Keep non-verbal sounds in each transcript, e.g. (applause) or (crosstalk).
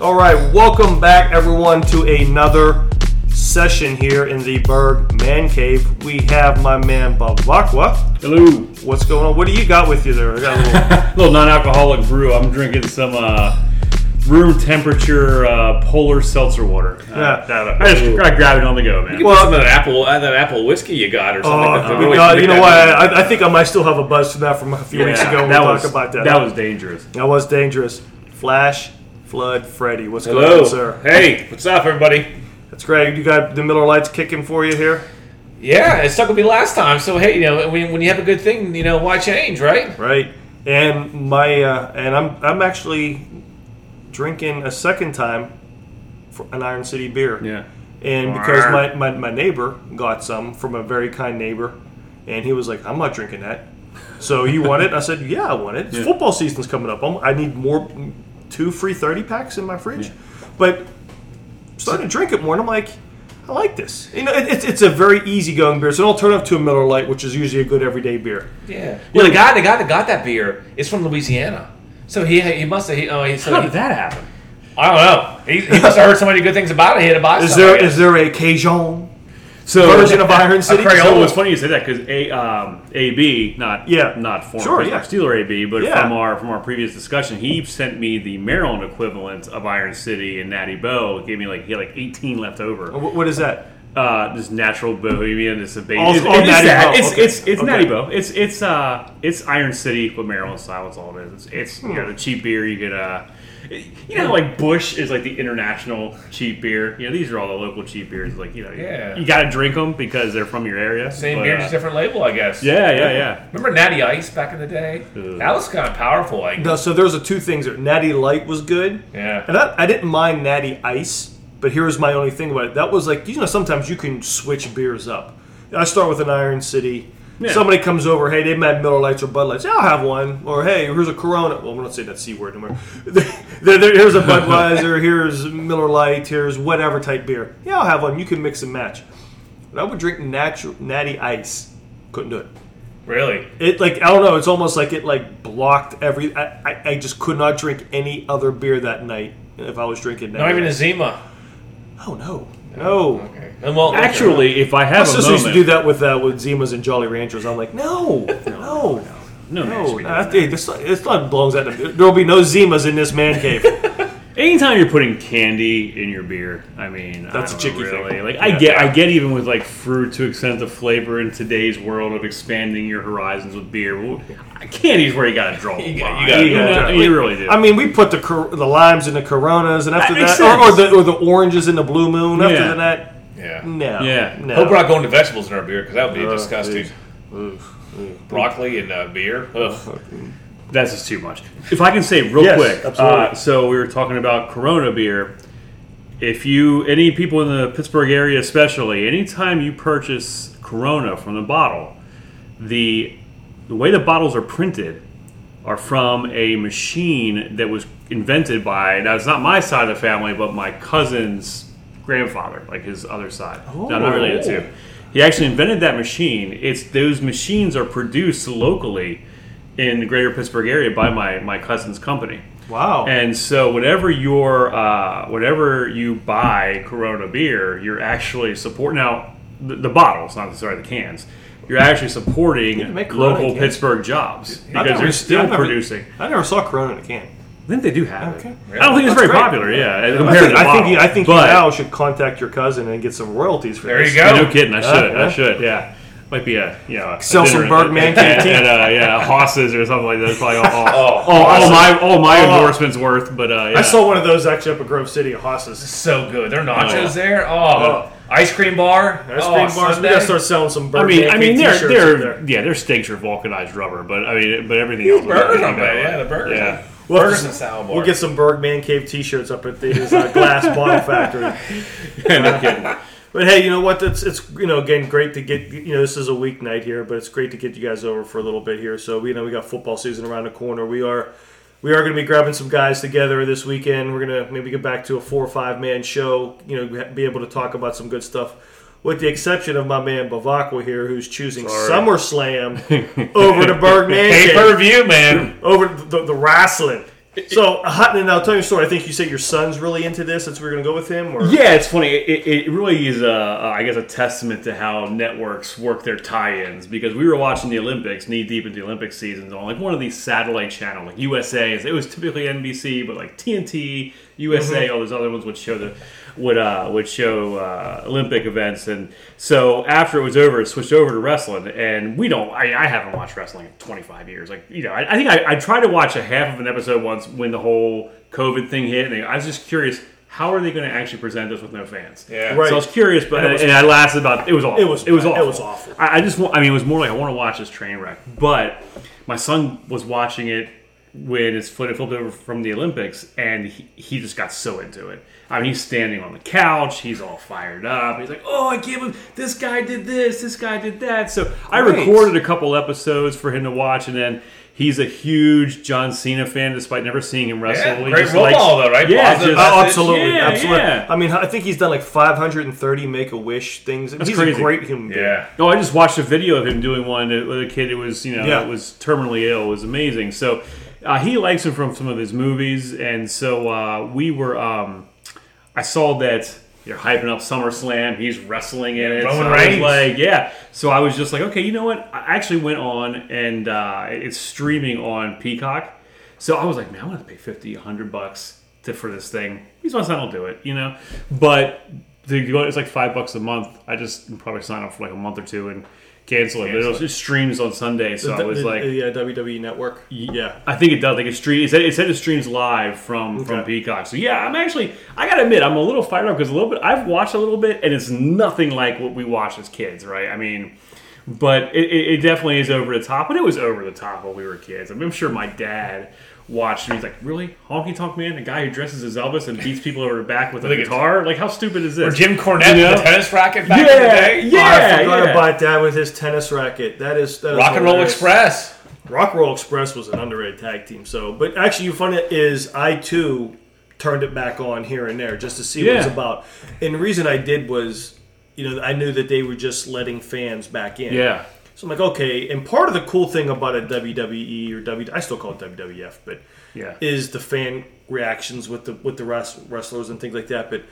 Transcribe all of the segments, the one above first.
All right, welcome back, everyone, to another session here in the Berg Man Cave. We have my man Babakwa. Hello. (laughs) What's going on? What do you got with you there? I got a little, little non-alcoholic brew. I'm drinking some uh, room temperature uh, polar seltzer water. Uh, Yeah. that- I just I grab it on the go, man. Well- Well, (laughs) some of that apple, uh, that apple whiskey you got, or something. oh, That's really God, big you know that what? one. I, I think I might still have a buzz from that from a few Yeah, weeks ago. We'll that talk was- about that. That was dangerous. that was dangerous. Flash, flood, Freddy. What's going Hello, on, sir? Hey, what's up, everybody? That's great. You got the Miller Lights kicking for you here, Yeah, it stuck with me last time. So hey, you know, when, when you have a good thing, you know, why change, right? right? And my uh, and I'm I'm actually drinking a second time for an Iron City beer. Yeah. And because my, my, my neighbor got some from a very kind neighbor, and he was like, I'm not drinking that. So you want it? I said, Yeah, I want it. It's Football season's coming up. I'm, I need more two free 30 packs in my fridge. But started to drink it more, and I'm like, I like this. You know, it, it's, it's a very easygoing beer. It's an alternative to a Miller Lite, which is usually a good everyday beer. Yeah. Well, the guy, the guy that got that beer is from Louisiana, so he he must have. He, oh, he, so How he- did that happen? I don't know. He, he must have heard so many good things about it. He had to buy. Is some, I there guess. is there a Cajun? So Virgin of Iron City? So So- it was funny you say that because a um, AB not Yeah. not former Sure, Pittsburgh yeah. Steeler AB, but Yeah. from our from our previous discussion, he sent me the Maryland equivalent of Iron City and Natty Bow. Gave me like he had like 18 left over. Wh- What is that? uh, this natural bohemian, this abate. Oh, It's, oh, it's, Natty that. Bo, it's, okay. it's it's Okay. Natty Bo. It's it's uh it's Iron City, but Maryland style. It's all it is. It's, it's you Hmm. know the cheap beer you could uh. You know, like Bush is like the international cheap beer. You know, these are all the local cheap beers. Like you know, Yeah. you got to drink them because they're from your area. Same but, beer, uh, just different label, I guess. Yeah, yeah, yeah. Remember Natty Ice back in the day? Ugh. That was kind of powerful. Like, No, so there's a two things there. Natty Light was good. Yeah. And I, I didn't mind Natty Ice, but here's my only thing about it. That was like, you know, sometimes you can switch beers up. I start with an Iron City. Yeah. Somebody comes over, hey, they've had Miller Lights or Bud Lights. Yeah, I'll have one. Or hey, here's a Corona. Well, we're not saying that C word anymore. (laughs) there, there, here's a Budweiser, here's Miller Light, here's whatever type beer. Yeah, I'll have one. You can mix and match. But I would drink natural Natty Ice. Couldn't do it really? it like I don't know. It's almost like it like blocked every. I, I, I just could not drink any other beer that night if I was drinking. That Not even a Zima. Oh no, no. Okay. And well, Actually, if I My have a sister moment, used to do that with uh, with Zimas and Jolly Ranchers. I'm like, no, no, no, man, no. should be I doing think this it's not belongs at. There will be no Zimas in this man cave. that. anytime you're putting candy in your beer, I mean, I That's a don't chicky know, thing. really. Like I Yeah. get, I get even with like fruit to extent of flavor in today's world of expanding your horizons with beer. Well, Candy's where you got to (laughs) draw the You line. got- you gotta draw the know, line. you really do. I mean, we put the cor- the limes and the Coronas, and after That makes that, or, or sense. the or the oranges and the Blue Moon. After Yeah. that, yeah. no, Yeah. no. Hope we're not going to vegetables in our beer because that would be disgusting. geez. Oof, oof. Broccoli and uh, beer. Ugh. That's just too much. If I can say real Yes, quick, absolutely. Uh, so we were talking about Corona beer. If you, any people in the Pittsburgh area especially, anytime you purchase Corona from the bottle, the the way the bottles are printed are from a machine that was invented by now it's not my side of the family, but my cousin's grandfather, like his other side. that I'm not related to. He actually invented that machine. It's those machines are produced locally in the greater Pittsburgh area by my, my cousin's company. Wow. And so whenever you're uh, whenever you buy Corona beer, you're actually supporting now the, the bottles, not necessarily the cans. You're actually supporting can make Corona local cans. Pittsburgh jobs I because never- they're still I never- producing. I never saw Corona in a can. I think they do have Okay. it. I don't think it's That's very great. popular. Yeah, I compared think, I think, to the bottle. you, I think you But- now should contact your cousin and get some royalties for There this. you go. No Uh, kidding. I should. yeah. I should. Yeah. Might be a you know a Sell some dinner Bergman at, at, canteen. at, uh, yeah Hosses or something like that. It's probably all, (laughs) all, Oh, all, all my all my Oh. endorsements worth. But uh, yeah. I saw one of those actually up at Grove City at Haas's. so good. Their nachos Oh, yeah. there. Oh, ice cream bar. Ice oh, cream bars. We Sunday. gotta start selling some I Burger mean, I King mean, they're, t-shirts they're up there. yeah, their steaks are vulcanized rubber, but I mean, but everything else. burgers you on know, bad. like- Yeah, the burgers. Yeah. We'll have burgers to- and salad bar. We'll get some Bergman Cave T-shirts up at the his, uh, Glass Bottle Factory. no kidding. But hey, you know what? That's it's you know again great to get you know this is a weeknight here, but it's great to get you guys over for a little bit here. So you know we got football season around the corner. We are we are going to be grabbing some guys together this weekend. We're going to maybe get back to a four or five man show. You know, be able to talk about some good stuff. With the exception of my man Bavakwa here, who's choosing SummerSlam over the Bergman Pay per Cave, view, man. over the, the wrestling. So, hot and I'll tell you a story. I think you said your son's really into this. That's where we're gonna go with him. Or Yeah, it's funny. It, it, it really is, a, a- I guess, a testament to how networks work their tie-ins because we were watching the Olympics, knee deep into the Olympic seasons on like one of these satellite channels, like USA. It was typically NBC, but like TNT, USA, all those other ones would show the would uh, would show uh, Olympic events. And so after it was over, it switched over to wrestling. And we don't. I, I haven't watched wrestling in 25 years. Like you know, I, I think I, I tried to watch a half of an episode once when the whole COVID thing hit, and they, I was just curious. How are they going to actually present this with no fans? Yeah. Right. So I was curious, but and, I lasted about. It was awful. It was It was bad. awful. It was awful. I, I just. Want, I mean, it was more like I want to watch this train wreck. But my son was watching it when his foot had flipped over from the Olympics, and he, he just got so into it. I mean, he's standing on the couch. He's all fired up. He's like, "Oh, I can't believe this guy did this. This guy did that." So I Right. recorded a couple episodes for him to watch, and then. He's a huge John Cena fan, despite never seeing him wrestle. He great just role likes- model, though, right? Yeah, Positive just- Oh, message. absolutely, Yeah, absolutely. yeah. I mean, I think he's done like 530 make a wish things. he's crazy. a great human being. Yeah. No, I just watched a video of him doing one with a kid who was, you know, Yeah. was terminally ill. It was amazing. So uh, he likes him from some of his movies, and so uh, we were. Um, I saw that you're hyping up SummerSlam. He's wrestling in it. Roman so I was Reigns. like, yeah. So I was just like, okay, you know what? I actually went on and uh, it's streaming on Peacock. So I was like, man, I'm gonna have to pay 50, 100 bucks to, for this thing. These months I don't do it, you know. But to go, it's like five bucks a month. I just probably sign up for like a month or two and cancel it. Cancel but it, was, it streams on Sunday, so I was The- like, the, yeah, E WWE Network. Yeah, I think it does. Like it stream, it said, it said it streams live from from Okay. Peacock. So yeah, I'm actually. I gotta admit, I'm a little fired up because a little bit. I've watched a little bit, and it's nothing like what we watched as kids, right? I mean, but it, it, it definitely is over the top. But it was over the top when we were kids. I mean, I'm sure my dad watched. and He's like, really, honky tonk man, the guy who dresses as Elvis and beats people over the back with a Like a- guitar? Like how stupid is this? Or Jim Cornette, You know? the tennis racket back Yeah, in the day. yeah. I forgot yeah. about that with his tennis racket. That is that is Rock and Roll hilarious. Express. Rock and Roll Express was an underrated tag team. So, but actually, funny is I too turned it back on here and there just to see what it's Yeah. about. And the reason I did was, you know, I knew that they were just letting fans back in. Yeah. So I'm like, okay. And part of the cool thing about a WWE or W, I still call it WWF, but Yeah. is the fan reactions with the with the wrest- wrestlers and things like that. But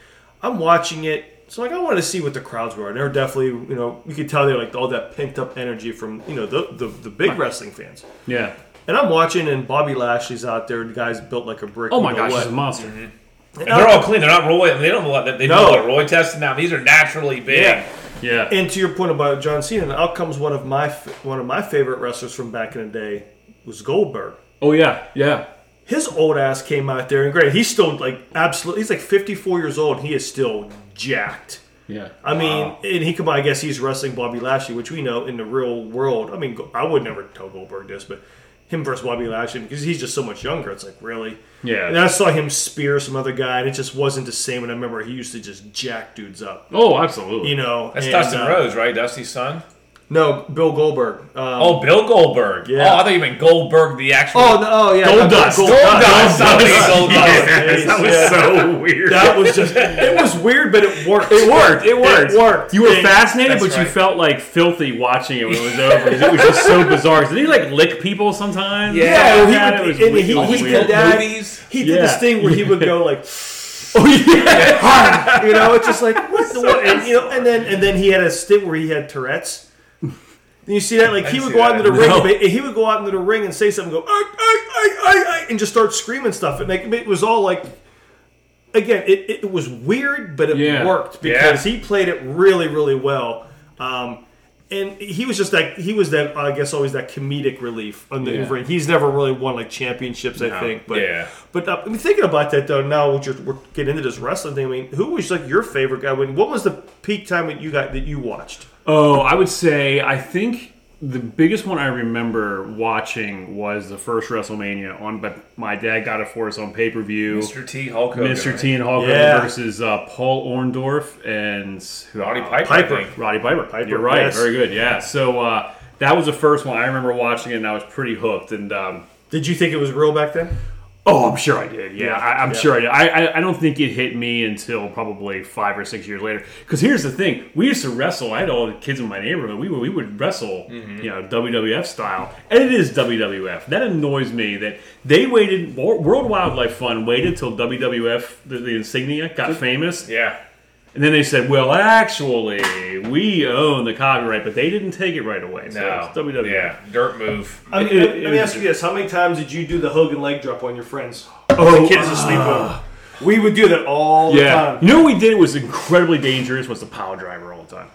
I'm watching it, so like I wanted to see what the crowds were, and they're definitely, you know, you could tell they're like all that pent up energy from you know the the, the big wrestling fans. yeah. And I'm watching, and Bobby Lashley's out there. The guy's built like a brick. Oh you my know gosh, what. he's a monster. Mm-hmm. And And they're I'm- all clean. They're not Roy. They don't let they No. do like Roy testing now. These are naturally big. Yeah. Yeah. And to your point about John Cena, and out comes one of my f- one of my favorite wrestlers from back in the day was Goldberg. oh yeah. Yeah. his old ass came out there and great. He's still like absolutely. He's like 54 years old. And he is still jacked. Yeah. I mean, and he come. I guess he's wrestling Bobby Lashley, which we know in the real world. I mean, I would never tell Goldberg this, but him versus Bobby Lashley because he's just so much younger. It's like really. Yeah. And I saw him spear some other guy, and it just wasn't the same. And I remember he used to just jack dudes up. Oh, absolutely. You know, That's and, Dustin uh, Rhodes, right? Dusty's son. No, Bill Goldberg. Um, Oh, Bill Goldberg. Yeah. Oh, I thought you meant Goldberg, the actual. oh, no, oh, yeah, Gold dust. Gold Gold dust. Gold Gold dust. Gold dust. Yes, that was Yeah. so weird. That was (laughs) just it was weird, but it worked. it worked. It worked. It worked. You were And- fascinated, That's but you right. felt like filthy watching it when it was over. 'cause it was just so bizarre. 'Cause Did he like lick people sometimes? Yeah, Yeah, Like he that? would- It was and weird. he, It was he weird. did that. Movies. He did this Yeah. thing where he would go like, Oh (laughs) (laughs) yeah. hard, you know, it's just like what the what, and, you know, and then and then he had a stint where he had Tourette's. And you see that like he didn't would see go out that. into the ring, No. but he would go out into the ring and say something, and go ay, ay, ay, ay, ay, and just start screaming stuff, and like, it was all like. Again, it, it was weird, but it Yeah. worked because he played it really, really well. Um, and he was just that he was that I guess always that comedic relief on the Yeah. ring. He's never really won like championships, I think. But yeah. but uh, I mean, thinking about that though, now we're, just, we're getting into this wrestling thing. I mean, who was like your favorite guy? When what was the peak time that you got that you watched? Oh, I would say I think the biggest one I remember watching was the first WrestleMania on, but my dad got it for us on pay per view. Mr. T. Hulk Hogan. Mr. T and Hulk Hogan Yeah. versus uh, Paul Orndorff and who- Roddy Piper. Uh, Piper. I think. Roddy Piper. Piper, You're right. yes. Very good. Yeah. So uh, that was the first one I remember watching, it and I was pretty hooked. And um, Did you think it was real back then? Oh, I'm sure I did. Yeah, Yeah. I, I'm Yeah. sure I did. I, I, I don't think it hit me until probably five or six years later. Because here's the thing: we used to wrestle. I had all the kids in my neighborhood. We would we would wrestle, Mm-hmm. you know, WWF style, and it is WWF. That annoys me that they waited. Wor- World Wildlife Fund waited till WWF the, the insignia got famous, Yeah. and then they said, "Well, actually, we own the copyright," but they didn't take it right away. So No. it's E. WWF. E. Yeah. Dirt move. I mean, It- let, it let me was- ask you this: How many times did you do the Hogan leg drop on your friends? Oh, the kids asleep. on. We would do that all the Yeah. time. You know what we did was incredibly dangerous was the pile driver all the time.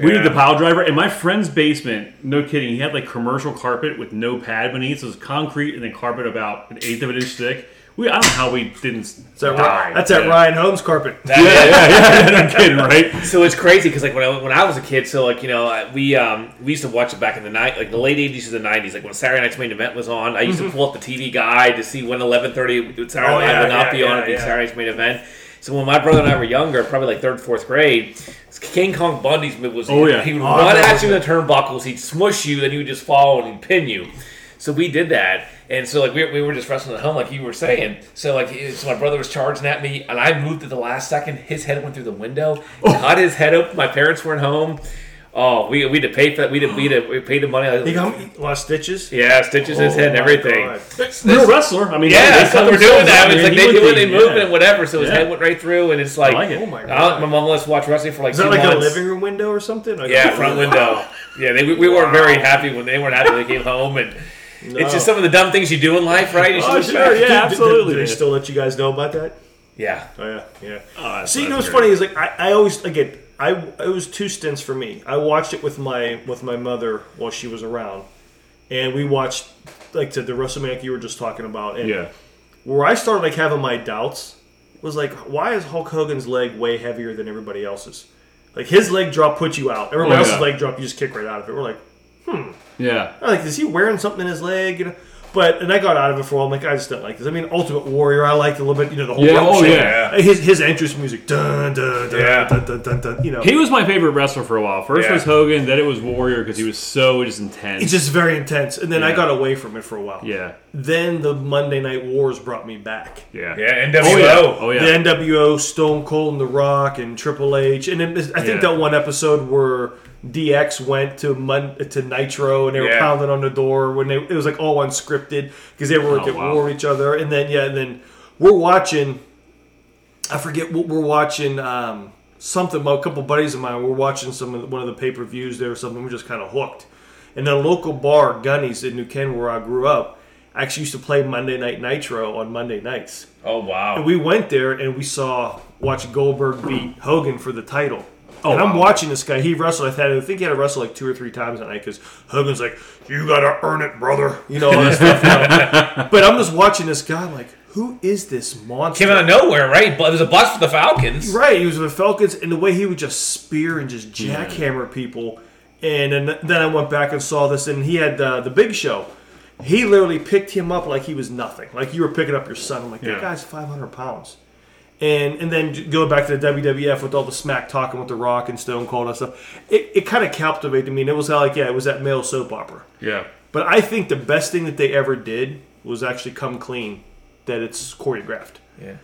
We did the Yeah. pile driver in my friend's basement, no kidding, he had like commercial carpet with no pad beneath, so it was concrete and then carpet about an eighth of an inch thick. We I don't know how we didn't That's that, die. Ry- that's that Yeah. Ryan Holmes carpet. Yeah, yeah, (laughs) yeah, yeah, no kidding, right? So it's crazy because like when I when I was a kid, so like you know I- we um we used to watch it back in the night, like the late eighties to the nineties, like when Saturday Night's Main Event was on. I used to pull up the TV guide to see when eleven thirty Saturday Mm-hmm. Oh, Night yeah, would not yeah, be on yeah, at the yeah. Saturday Night's Main Event. So when my brother and I were younger, probably like third, fourth grade, King Kong Bundy's move was Oh, yeah. he would Oh, I run remember at you in the turnbuckles, he'd smush you, then he would just fall and he'd pin you. So we did that, and so like we, we were just wrestling at home, like you were saying. So like it- so my brother was charging at me, and I moved at the last second. His head went through the window, Oh. cut his head open. My parents weren't home. Oh, we we had to pay for that. We had we had to we paid the money. He got a lot of stitches. yeah, stitches in his Oh head and my everything. God. Real wrestler. I mean, Yeah, they that's what cut we're doing themselves now. up, It's man. like You they would do it think, in movement yeah. and whatever. So his Yeah. head went right through, and it's like, like it. Oh my I don't- god! my mom let us watch wrestling for like Is two that like months. a living room window or something? Like (laughs) Yeah, front window. Yeah, they, we, we weren't very happy when they weren't happy. They came (laughs) home, and it's just some of the dumb things you do in life, right? You Oh, should- (laughs) sure, yeah, Did- did- absolutely. Did they still let you guys know about that? yeah. Oh yeah, yeah. that's- See, you know that's what's great. funny is like I, I always again I it was two stints for me. I watched it with my with my mother while she was around, and we watched like to the WrestleMania you were just talking about. And Yeah. where I started like having my doubts was like, why is Hulk Hogan's leg way heavier than everybody else's? Like his leg drop puts you out. Everybody Oh, Yeah. else's leg drop, you just kick right out of it. We're like, Yeah. I'm like, is he wearing something in his leg? You know? But and I got out of it for a while. I'm like, I just don't like this. I mean, Ultimate Warrior, I liked a little bit. You know, the whole Yeah, rope oh, shit. yeah. His his entrance music, dun dun dun, Yeah. dun, dun dun dun. You know, He was my favorite wrestler for a while. First Yeah. was Hogan, then it was Warrior because he was so just intense. it's just very intense. And then I Yeah. got away from it for a while. yeah, Then the Monday Night Wars brought me back. yeah, Yeah, NWO. Oh yeah, oh yeah. The NWO, Stone Cold and The Rock, and Triple H, and it, I think Yeah. that one episode where DX went to Mon- to Nitro and they were Yeah. pounding on the door when they it was like all unscripted because they were Oh, like at wow. war with each other, and then yeah, and then we're watching. I forget what we're watching. Um, something. A couple buddies of mine were watching some of the, one of the pay per views there or something. We are just kind of hooked. And the local bar, Gunny's in New Ken, where I grew up, actually used to play Monday Night Nitro on Monday nights. Oh wow. And we went there and we saw watch Goldberg beat Hogan for the title. Oh, and I'm wow. watching this guy. He wrestled. I thought I think he had to wrestle like two or three times that night because Hogan's like, "You gotta earn it, brother." You know all that stuff. you know. But I'm just watching this guy. I'm like, who is this monster? Came out of nowhere, right? But it was a bust for the Falcons. Right, he was with the Falcons, and the way he would just spear and just jackhammer people. And then, then I went back and saw this, and he had uh, the Big Show. He literally picked him up like he was nothing, like you were picking up your son. I'm like, that Yeah. guy's 500 pounds. And and then j- going back to the WWF with all the smack talking with The Rock and Stone Cold and stuff, it, it kind of captivated me. And it was like, yeah, it was that male soap opera. yeah. But I think the best thing that they ever did was actually come clean that it's choreographed.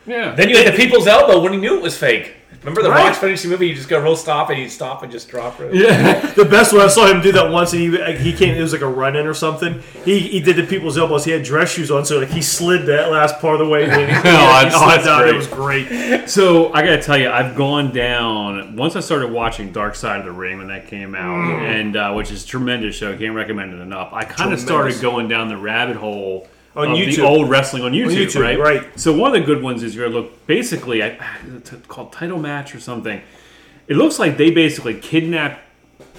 Yeah. Then you had the people's elbow when he knew it was fake. Remember the Right. Rock's finishing movie? You just go roll stop and you stop and just drop it. yeah. The best one I saw him do that once, and he like, he came. It was like a run in or something. He he did the people's elbows. He had dress shoes on, so like he slid that last part of the (laughs) way. And then he, I- he oh, slid that's down. great. It was great. (laughs) So I gotta tell you, I've gone down once I started watching Dark Side of the Ring when that came out, and uh, which is a tremendous show. Can't recommend it enough. I kind of Mm. Tremendous. started going down the rabbit hole On of YouTube. the old wrestling on YouTube, YouTube, right? right. So one of the good ones is you're gonna look basically I, it's called title match or something. It looks like they basically kidnapped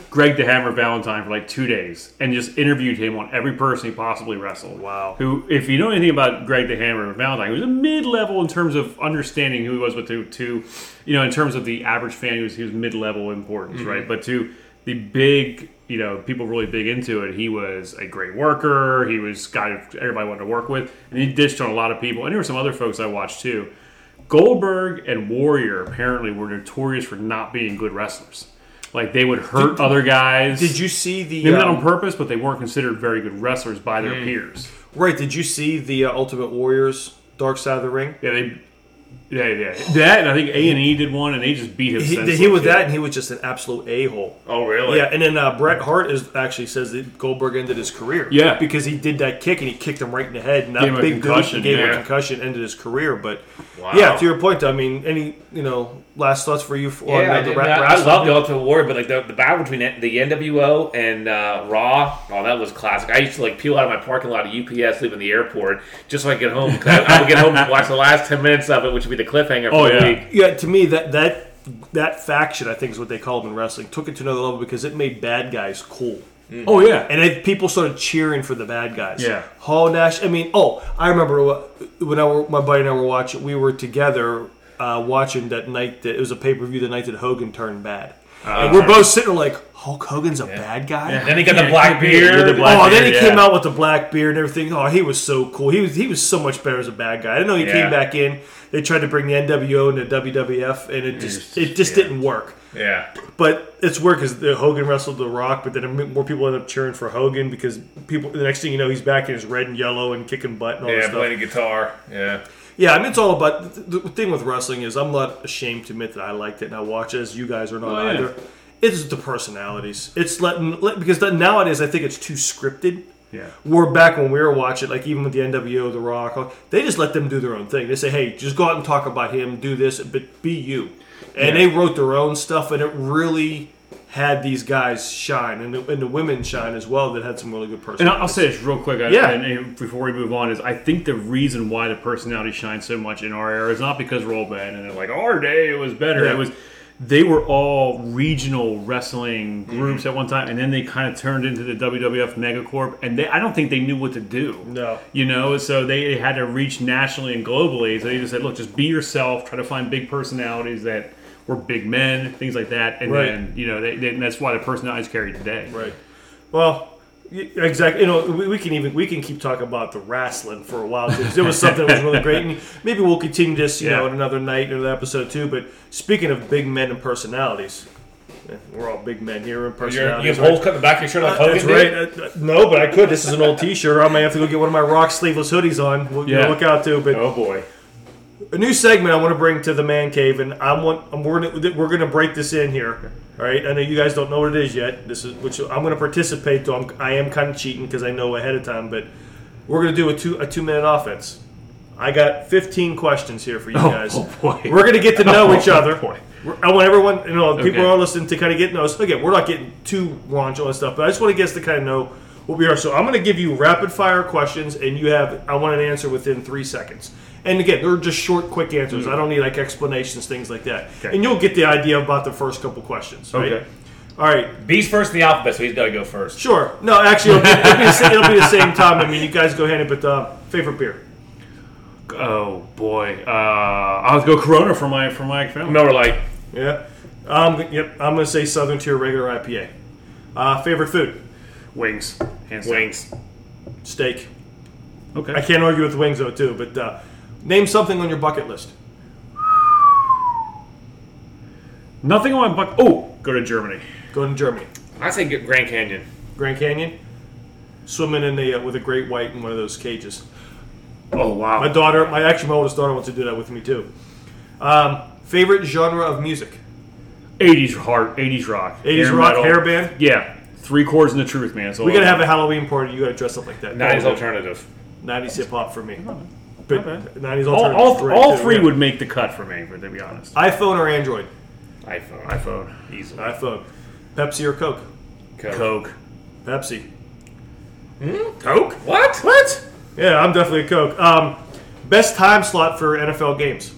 Greg the Hammer Valentine for like two days and just interviewed him on every person he possibly wrestled. Wow. Who, if you know anything about Greg the Hammer Valentine, he was a mid level in terms of understanding who he was, but to, to you know, in terms of the average fan, he was, he was mid level importance, right? But to the big, you know, people really big into it, he was a great worker. He was a guy everybody wanted to work with, and he ditched on a lot of people. And there were some other folks I watched too. Goldberg and Warrior apparently were notorious for not being good wrestlers. Like they would hurt other guys. Did you see the Maybe not on um, purpose, Hmm. but they weren't considered very good wrestlers by their peers. right? Did you see the uh, Ultimate Warriors Dark Side of the Ring. Yeah, they. Yeah, yeah, that and I think A and E did one, and they just beat him. He, senseless. he was yeah. that, and he was just an absolute a hole. Oh, really? Yeah, and then uh, Bret Hart is actually says that Goldberg ended his career. Yeah. because he did that kick and he kicked him right in the head, and that Gave him a big concussion, dude gave him yeah. a concussion, ended his career. But Wow. yeah, to your point, I mean, any you know last thoughts for you for on Yeah, the, I, the did. ra- I- I wrestling? love the Ultimate Warrior, but like the, the battle between the NWO and uh, Raw, oh, that was classic. I used to like peel out of my parking lot at UPS, leaving the airport, just so I could get home. 'cause I, I would get home and watch the last ten minutes of it, which would be the cliffhanger for Oh, the yeah. week. Yeah, to me that that that faction I think is what they call them in wrestling took it to another level because it made bad guys cool. Mm-hmm. Oh yeah, And then people started cheering for the bad guys. Yeah. Hall Nash. I mean, oh, I remember wh- when I were, my buddy and I were watching. We were together uh, watching that night. That it was a pay per view. The night that Hogan turned bad. and we're both sitting there like Hulk Hogan's a bad guy. Then he got Ah, Yeah, the black he did beard. the black- oh, then he beard, yeah. came out with the black beard and everything. Oh, he was so cool. He was he was so much better as a bad guy. I know he Yeah. came back in. They tried to bring the NWO and the WWF, and it just it just didn't work. yeah, But it's weird because Hogan wrestled The Rock, but then more people end up cheering for Hogan because people. The next thing you know, he's back in his red and yellow and kicking butt and all that yeah, stuff. playing the guitar. Yeah, Yeah, I mean it's all about the, the thing with wrestling is I'm not ashamed to admit that I liked it and I watch it as you guys are not Oh, yeah. either. It's the personalities. It's letting let, because that nowadays I think it's too scripted. Yeah. We're back when we were watching, like even with the NWO, The Rock, they just let them do their own thing. They say, hey, just go out and talk about him, do this, but be you. And they wrote their own stuff, and it really had these guys shine, and the, and the women shine as well. That had some really good And personalities. I'll I'll say this real quick, I, Yeah. and, and before we move on, is I think the reason why the personality shines so much in our era is not because we're all bad and they're like our day it was better. Yeah. It was they were all regional wrestling Mm-hmm. groups at one time, and then they kind of turned into the WWF megacorp, and they I don't think they knew what to do. No. you know, so they had to reach nationally and globally. So they just said, look, just be yourself. Try to find big personalities that were big men, things like that, and Right. then you know they, they, and that's why the personalities carried today. Right. Well, y- exactly. You know, we, we can even we can keep talking about the wrestling for a while because it was something that was really great, and maybe we'll continue this, you know, Yeah. in another night, in another episode too. But speaking of big men and personalities, eh, we're all big men here and Oh, You're, you personalities. have right? holes cut in the back of your shirt like Hogan That's did? right. Uh, uh, No, but I could. This is an old T-shirt. I may have to go get one of my rock sleeveless hoodies on. We'll, Yeah. you know, look out too. But Oh boy. a new segment I want to bring to the man cave, and I want I'm, we're gonna, we're going to break this in here. All right, I know you guys don't know what it is yet. This is which I'm going to participate. Though I'm, I am kind of cheating because I know ahead of time, but we're going to do a two a two minute offense. I got 15 questions here for you Oh, guys. oh, boy. We're going to get to know (laughs) Oh, each other. boy. We're- I want everyone, you know, people Okay. are listening to kind of get knows. Again, we're not getting too raunchy on stuff, but I just want to guess to kind of know what we are. So I'm going to give you rapid fire questions, and you have I want an answer within three seconds. And again, they're just short, quick answers. I don't need like explanations, things like that. Mm. Okay. And you'll get the idea about the first couple questions. Right? Okay. All right. B's first in the alphabet, so he's got to go first. Sure. No, actually, it'll be, it'll be the same, it'll be the same time. I mean, you guys go ahead. But uh, favorite beer. Oh boy, uh, I'll go Corona for my for my family. Miller Lite, Yeah. Um, yep. I'm going to say Southern Tier regular IPA. Uh, favorite food? Wings, hands down. wings, Steak. Okay. I can't argue with wings though too. But uh, name something on your bucket list. Nothing on my bucket. Oh, go to Germany. Go to Germany, I say get Grand Canyon. Grand Canyon, swimming in the uh, with a great white in one of those cages. Oh wow. My daughter, my actually my oldest daughter wants to do that with me too. Um, favorite genre of music? 80s hard, 80s rock, 80s hair rock, metal. hair band. Yeah, three chords and the truth, man. So We gotta have a Halloween party. You gotta dress up like that. 90s alternative. 90s hip hop for me. But Not 90s alternative. all, all, is great, all too, three yeah. would make the cut for me, but to be honest. iPhone or Android? iPhone. iPhone, Easily. iPhone. Pepsi or Coke? Coke. Coke. Pepsi. Coke? What? What? Yeah, I'm definitely a Coke. Um, best time slot for NFL games?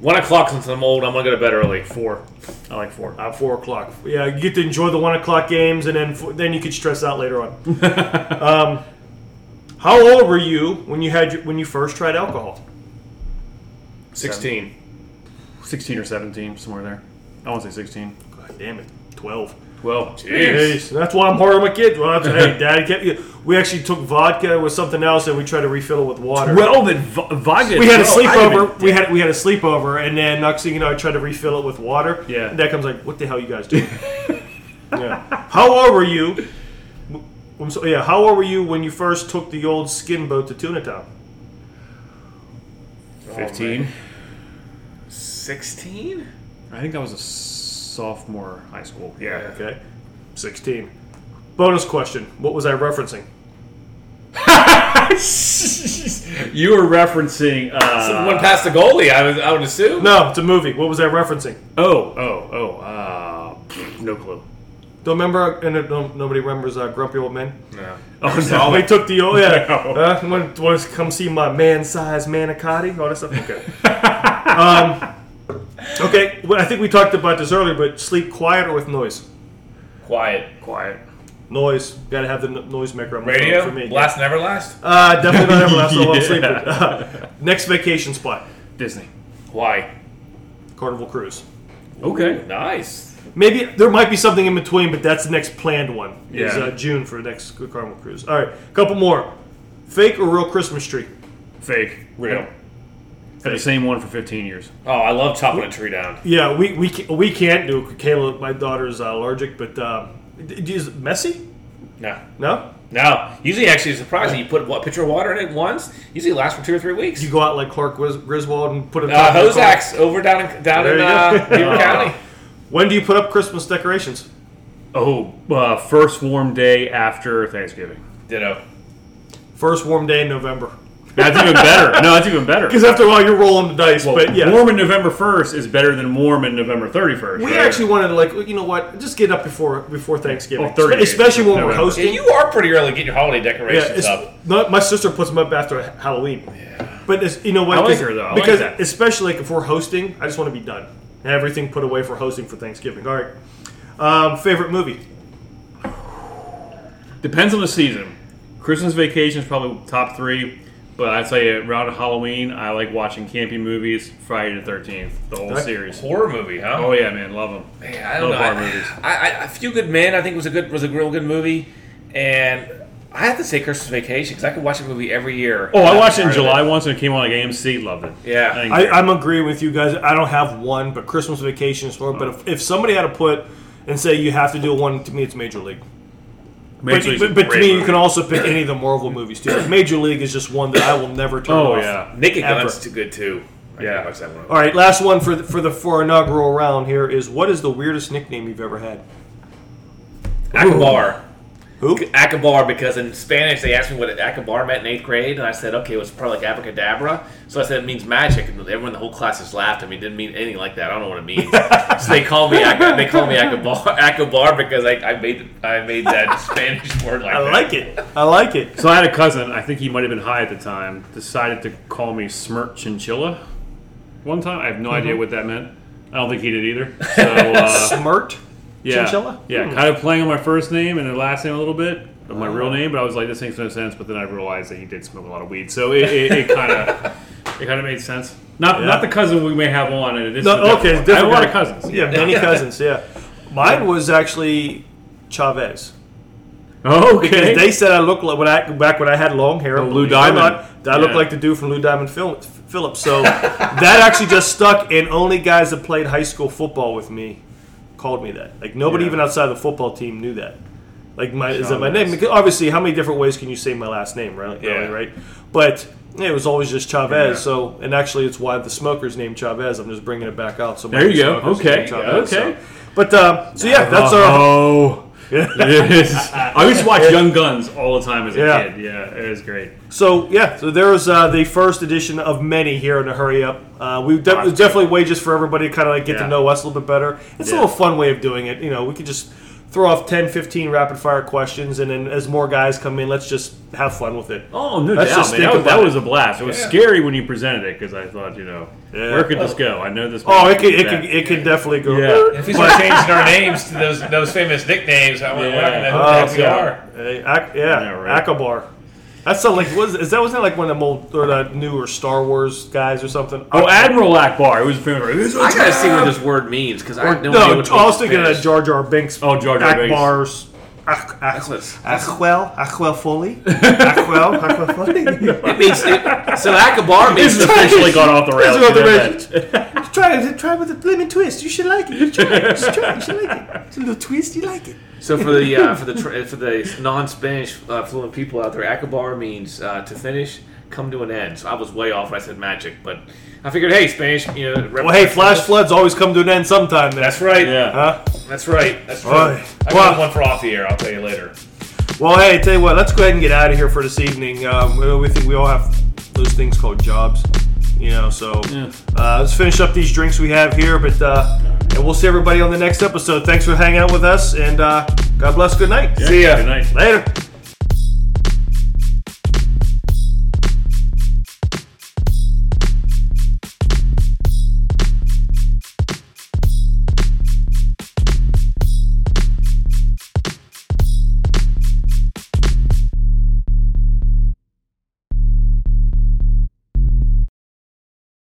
One o'clock since I'm old. I'm gonna go to bed early. Four. I like four. Uh, four o'clock. Yeah, you get to enjoy the one o'clock games, and then then you could stress out later on. um, how old were you when you had your, when you first tried alcohol? Sixteen. 16 or 17, somewhere there. I want to say 16. God damn it, twelve. Well, Jeez, Jeez. that's why I'm hard on my kids. Well, that's, hey, Dad, kept, we actually took vodka with something else, and we tried to refill it with water. 12 and v- vodka. we had a Oh, I haven't- sleepover. We had we had a sleepover, and then next thing you know, I tried to refill it with water. Yeah. and that comes like, what the hell you guys (laughs) doing? yeah. How old were you? I'm so, yeah, how old were you when you first took the old skin boat to Tuna Town? 15. 16? I think I was a sophomore high school. (laughs) Yeah. Okay. 16. Bonus question. What was I referencing? you were referencing. Uh, Someone past the goalie, I would, I would assume. No, it's a movie. What was I referencing? oh, oh, oh. Uh, no clue. Don't remember, and uh, no, nobody remembers uh, Grumpy Old Men? No. Oh, Oh, no. they took the oh yeah. (laughs) No. Uh, I'm gonna- wanna come see my man-sized manicotti. All that stuff. Okay. (laughs) um, okay. Well, I think we talked about this earlier, but sleep quiet or with noise. Quiet. Quiet. Noise. Gotta have the n- noise maker on my phone Radio? for me. Last never last? Uh, definitely not everlasting while I'm Yeah. sleeping. Uh, next vacation spot: Disney. Why? Carnival Cruise. Okay. Ooh, nice. Maybe there might be something in between, but that's the next planned one. Is, Yeah. uh, June for the next Carnival Cruise. All right, couple more. Fake or real Christmas tree? Fake. Real. Had the same one for 15 years. Oh, I love chopping a tree down. Yeah, we we ca- we can't do it. Kayla, my daughter's uh, allergic, but um, d- d- is it messy? No. No, No. Usually, actually, it's surprising. You put what, a pitcher of water in it once, usually it lasts for two or three weeks. you go out like Clark Gris- Griswold and put it. uh, hose axe over down in, down There in you (laughs) uh, go. Beaver County. When do you put up Christmas decorations? Oh, uh, first warm day after Thanksgiving. Ditto. First warm day in November, That's even better. No, that's (laughs) even better. because after a while you're rolling the dice. Well, but yeah, warm in November 1st is better than warm in November 31st. we right? actually wanted to like you know what, just get up before before Thanksgiving, Well, 30 Oh, days. especially when we're November. Yeah, hosting. you are pretty early getting your holiday Yeah, decorations it's- up. no, my sister puts them up after Halloween. But it's, you know what? I like 'cause- her, though. I like because that. especially like if we're hosting, I just want to be done. Have everything put away for hosting for Thanksgiving. All right. Um, favorite movie? Depends on the season. Christmas vacation is probably top three, but I'd say around Halloween, I like watching campy movies, Friday the 13th, the whole Right. series. Horror movie, huh? Oh, yeah, man, love them. Man, I don't know. Love horror I, movies. I, I- a few good men. I think was a good was a real good movie, and I have to say Christmas Vacation because I could watch a movie every year. Uh, Oh, I watched it Part in of July once and it came on like AMC, loved it. Yeah. think- I, I'm agreeing with you guys. I don't have one, but Christmas Vacation is one. But Uh-huh. if, if somebody had to put and say you have to do one, to me it's Major League. But, Major League's a but, but to great me, you movie. can also pick any of the Marvel movies too. Major League is just one that I will never turn Oh, off. yeah. Naked Ever. Gun's too good too. I Yeah. can't watch that one. All right, last one for the, for the for our inaugural round here is what is the weirdest nickname you've ever had? Acabar. Who? Acabar, because in Spanish they asked me what Acabar meant in eighth grade, and I said, okay, it was probably like abracadabra. So I said it means magic, and everyone in the whole class just laughed at me. It didn't mean anything like that. I don't know what (laughs) it means. so they call me Ac- they call me Acabar, (laughs) Acabar because I, I made I made that (laughs) Spanish word like I that. like it. I like it. So I had a cousin, I think he might have been high at the time, decided to call me Smirt Chinchilla one time. I have no Mm-hmm. idea what that meant. I don't think he (laughs) did either. So, uh, Smart. yeah, Chinchilla? Hmm. Yeah, kind of playing on my first name and the last name a little bit of my Oh. real name, but I was like, this makes no sense. But then I realized that he did smoke a lot of weed, so it, it, it (laughs) kind of it kind of made sense. Not Yeah. not the cousin we may have on. and this is a No, okay, different one. I have a lot of different- cousins. Yeah, many cousins. Yeah, mine was actually Chavez. (laughs) Okay. Because they said I looked like when I back when I had long hair. The Lou believe it or Diamond. not, that I looked Yeah. like the dude from Lou Diamond Phil- Phillips. So that actually just stuck, and only guys that played high school football with me called me that. Like nobody Yeah. even outside the football team knew that. Like my is that my name? Chavez. Because obviously, how many different ways can you say my last name, right? Really, Yeah. right. But yeah, it was always just Chavez. Yeah. So, and actually, it's why the smoker's named Chavez. I'm just bringing it back out. So There you go. Smoker's Okay. named Chavez, so. Okay. But um, so yeah, that's our (laughs) (laughs) Oh. I used to watch Young Guns all the time as a Yeah. kid. Yeah, it was great. So yeah, so there was uh, the first edition of many here in a hurry up. Uh, we de- Lots of definitely wages for everybody to kind of like get Yeah. to know us a little bit better. It's a Yeah. little fun way of doing it. You know, we could just throw off 10, 15 rapid fire questions, and then as more guys come in, let's just have fun with it. Oh no Let's doubt, just man. think That was, about that it. was a blast. It was Yeah. scary when you presented it because I thought, you know, Yeah. where could this go? I know this. Oh, it person could did it that. could it could definitely go. Yeah. If we start changing our names to those those famous nicknames, I mean, we're not gonna know who Oh, the heck we God. are. Hey, Ac- Yeah, yeah, right. Acabar. That's not like was is that wasn't that like one of the old or the newer Star Wars guys or something? Oh, Admiral Akbar. It was famous. I gotta see what this word means because I have no, idea no, what's I was thinking of Jar Jar Binks. Oh, Jar Jar Binks. Akbar's. Ak- Ak- That's- Akwell, Akwell (laughs) Foley, Akwell, Akwell (laughs) Foley. It means it, so Acabar (laughs) means This has officially gone off the rails. It's off the You know that. Try try it. Try it with a lemon twist. You should like it. You should try it. Just try it. You should like it. It's a little twist. You like it. So for the uh, for the tr- for the non-Spanish uh, fluent people out there, acabar means uh, to finish, come to an end. So I was way off when I said magic, but I figured, hey, Spanish, you know. Well, hey, flash floods always come to an end sometime. Then. That's right. Yeah. Huh? That's right. That's true. Alright. I got Well- one for off the air. I'll tell you later. Well, hey, tell you what, let's go ahead and get out of here for this evening. Um, we- we think we all have those things called jobs, you know. So uh, let's finish up these drinks we have here, but uh, and we'll see everybody on the next episode. Thanks for hanging out with us, and uh, God bless. Good night. Yeah, See ya Good night. later.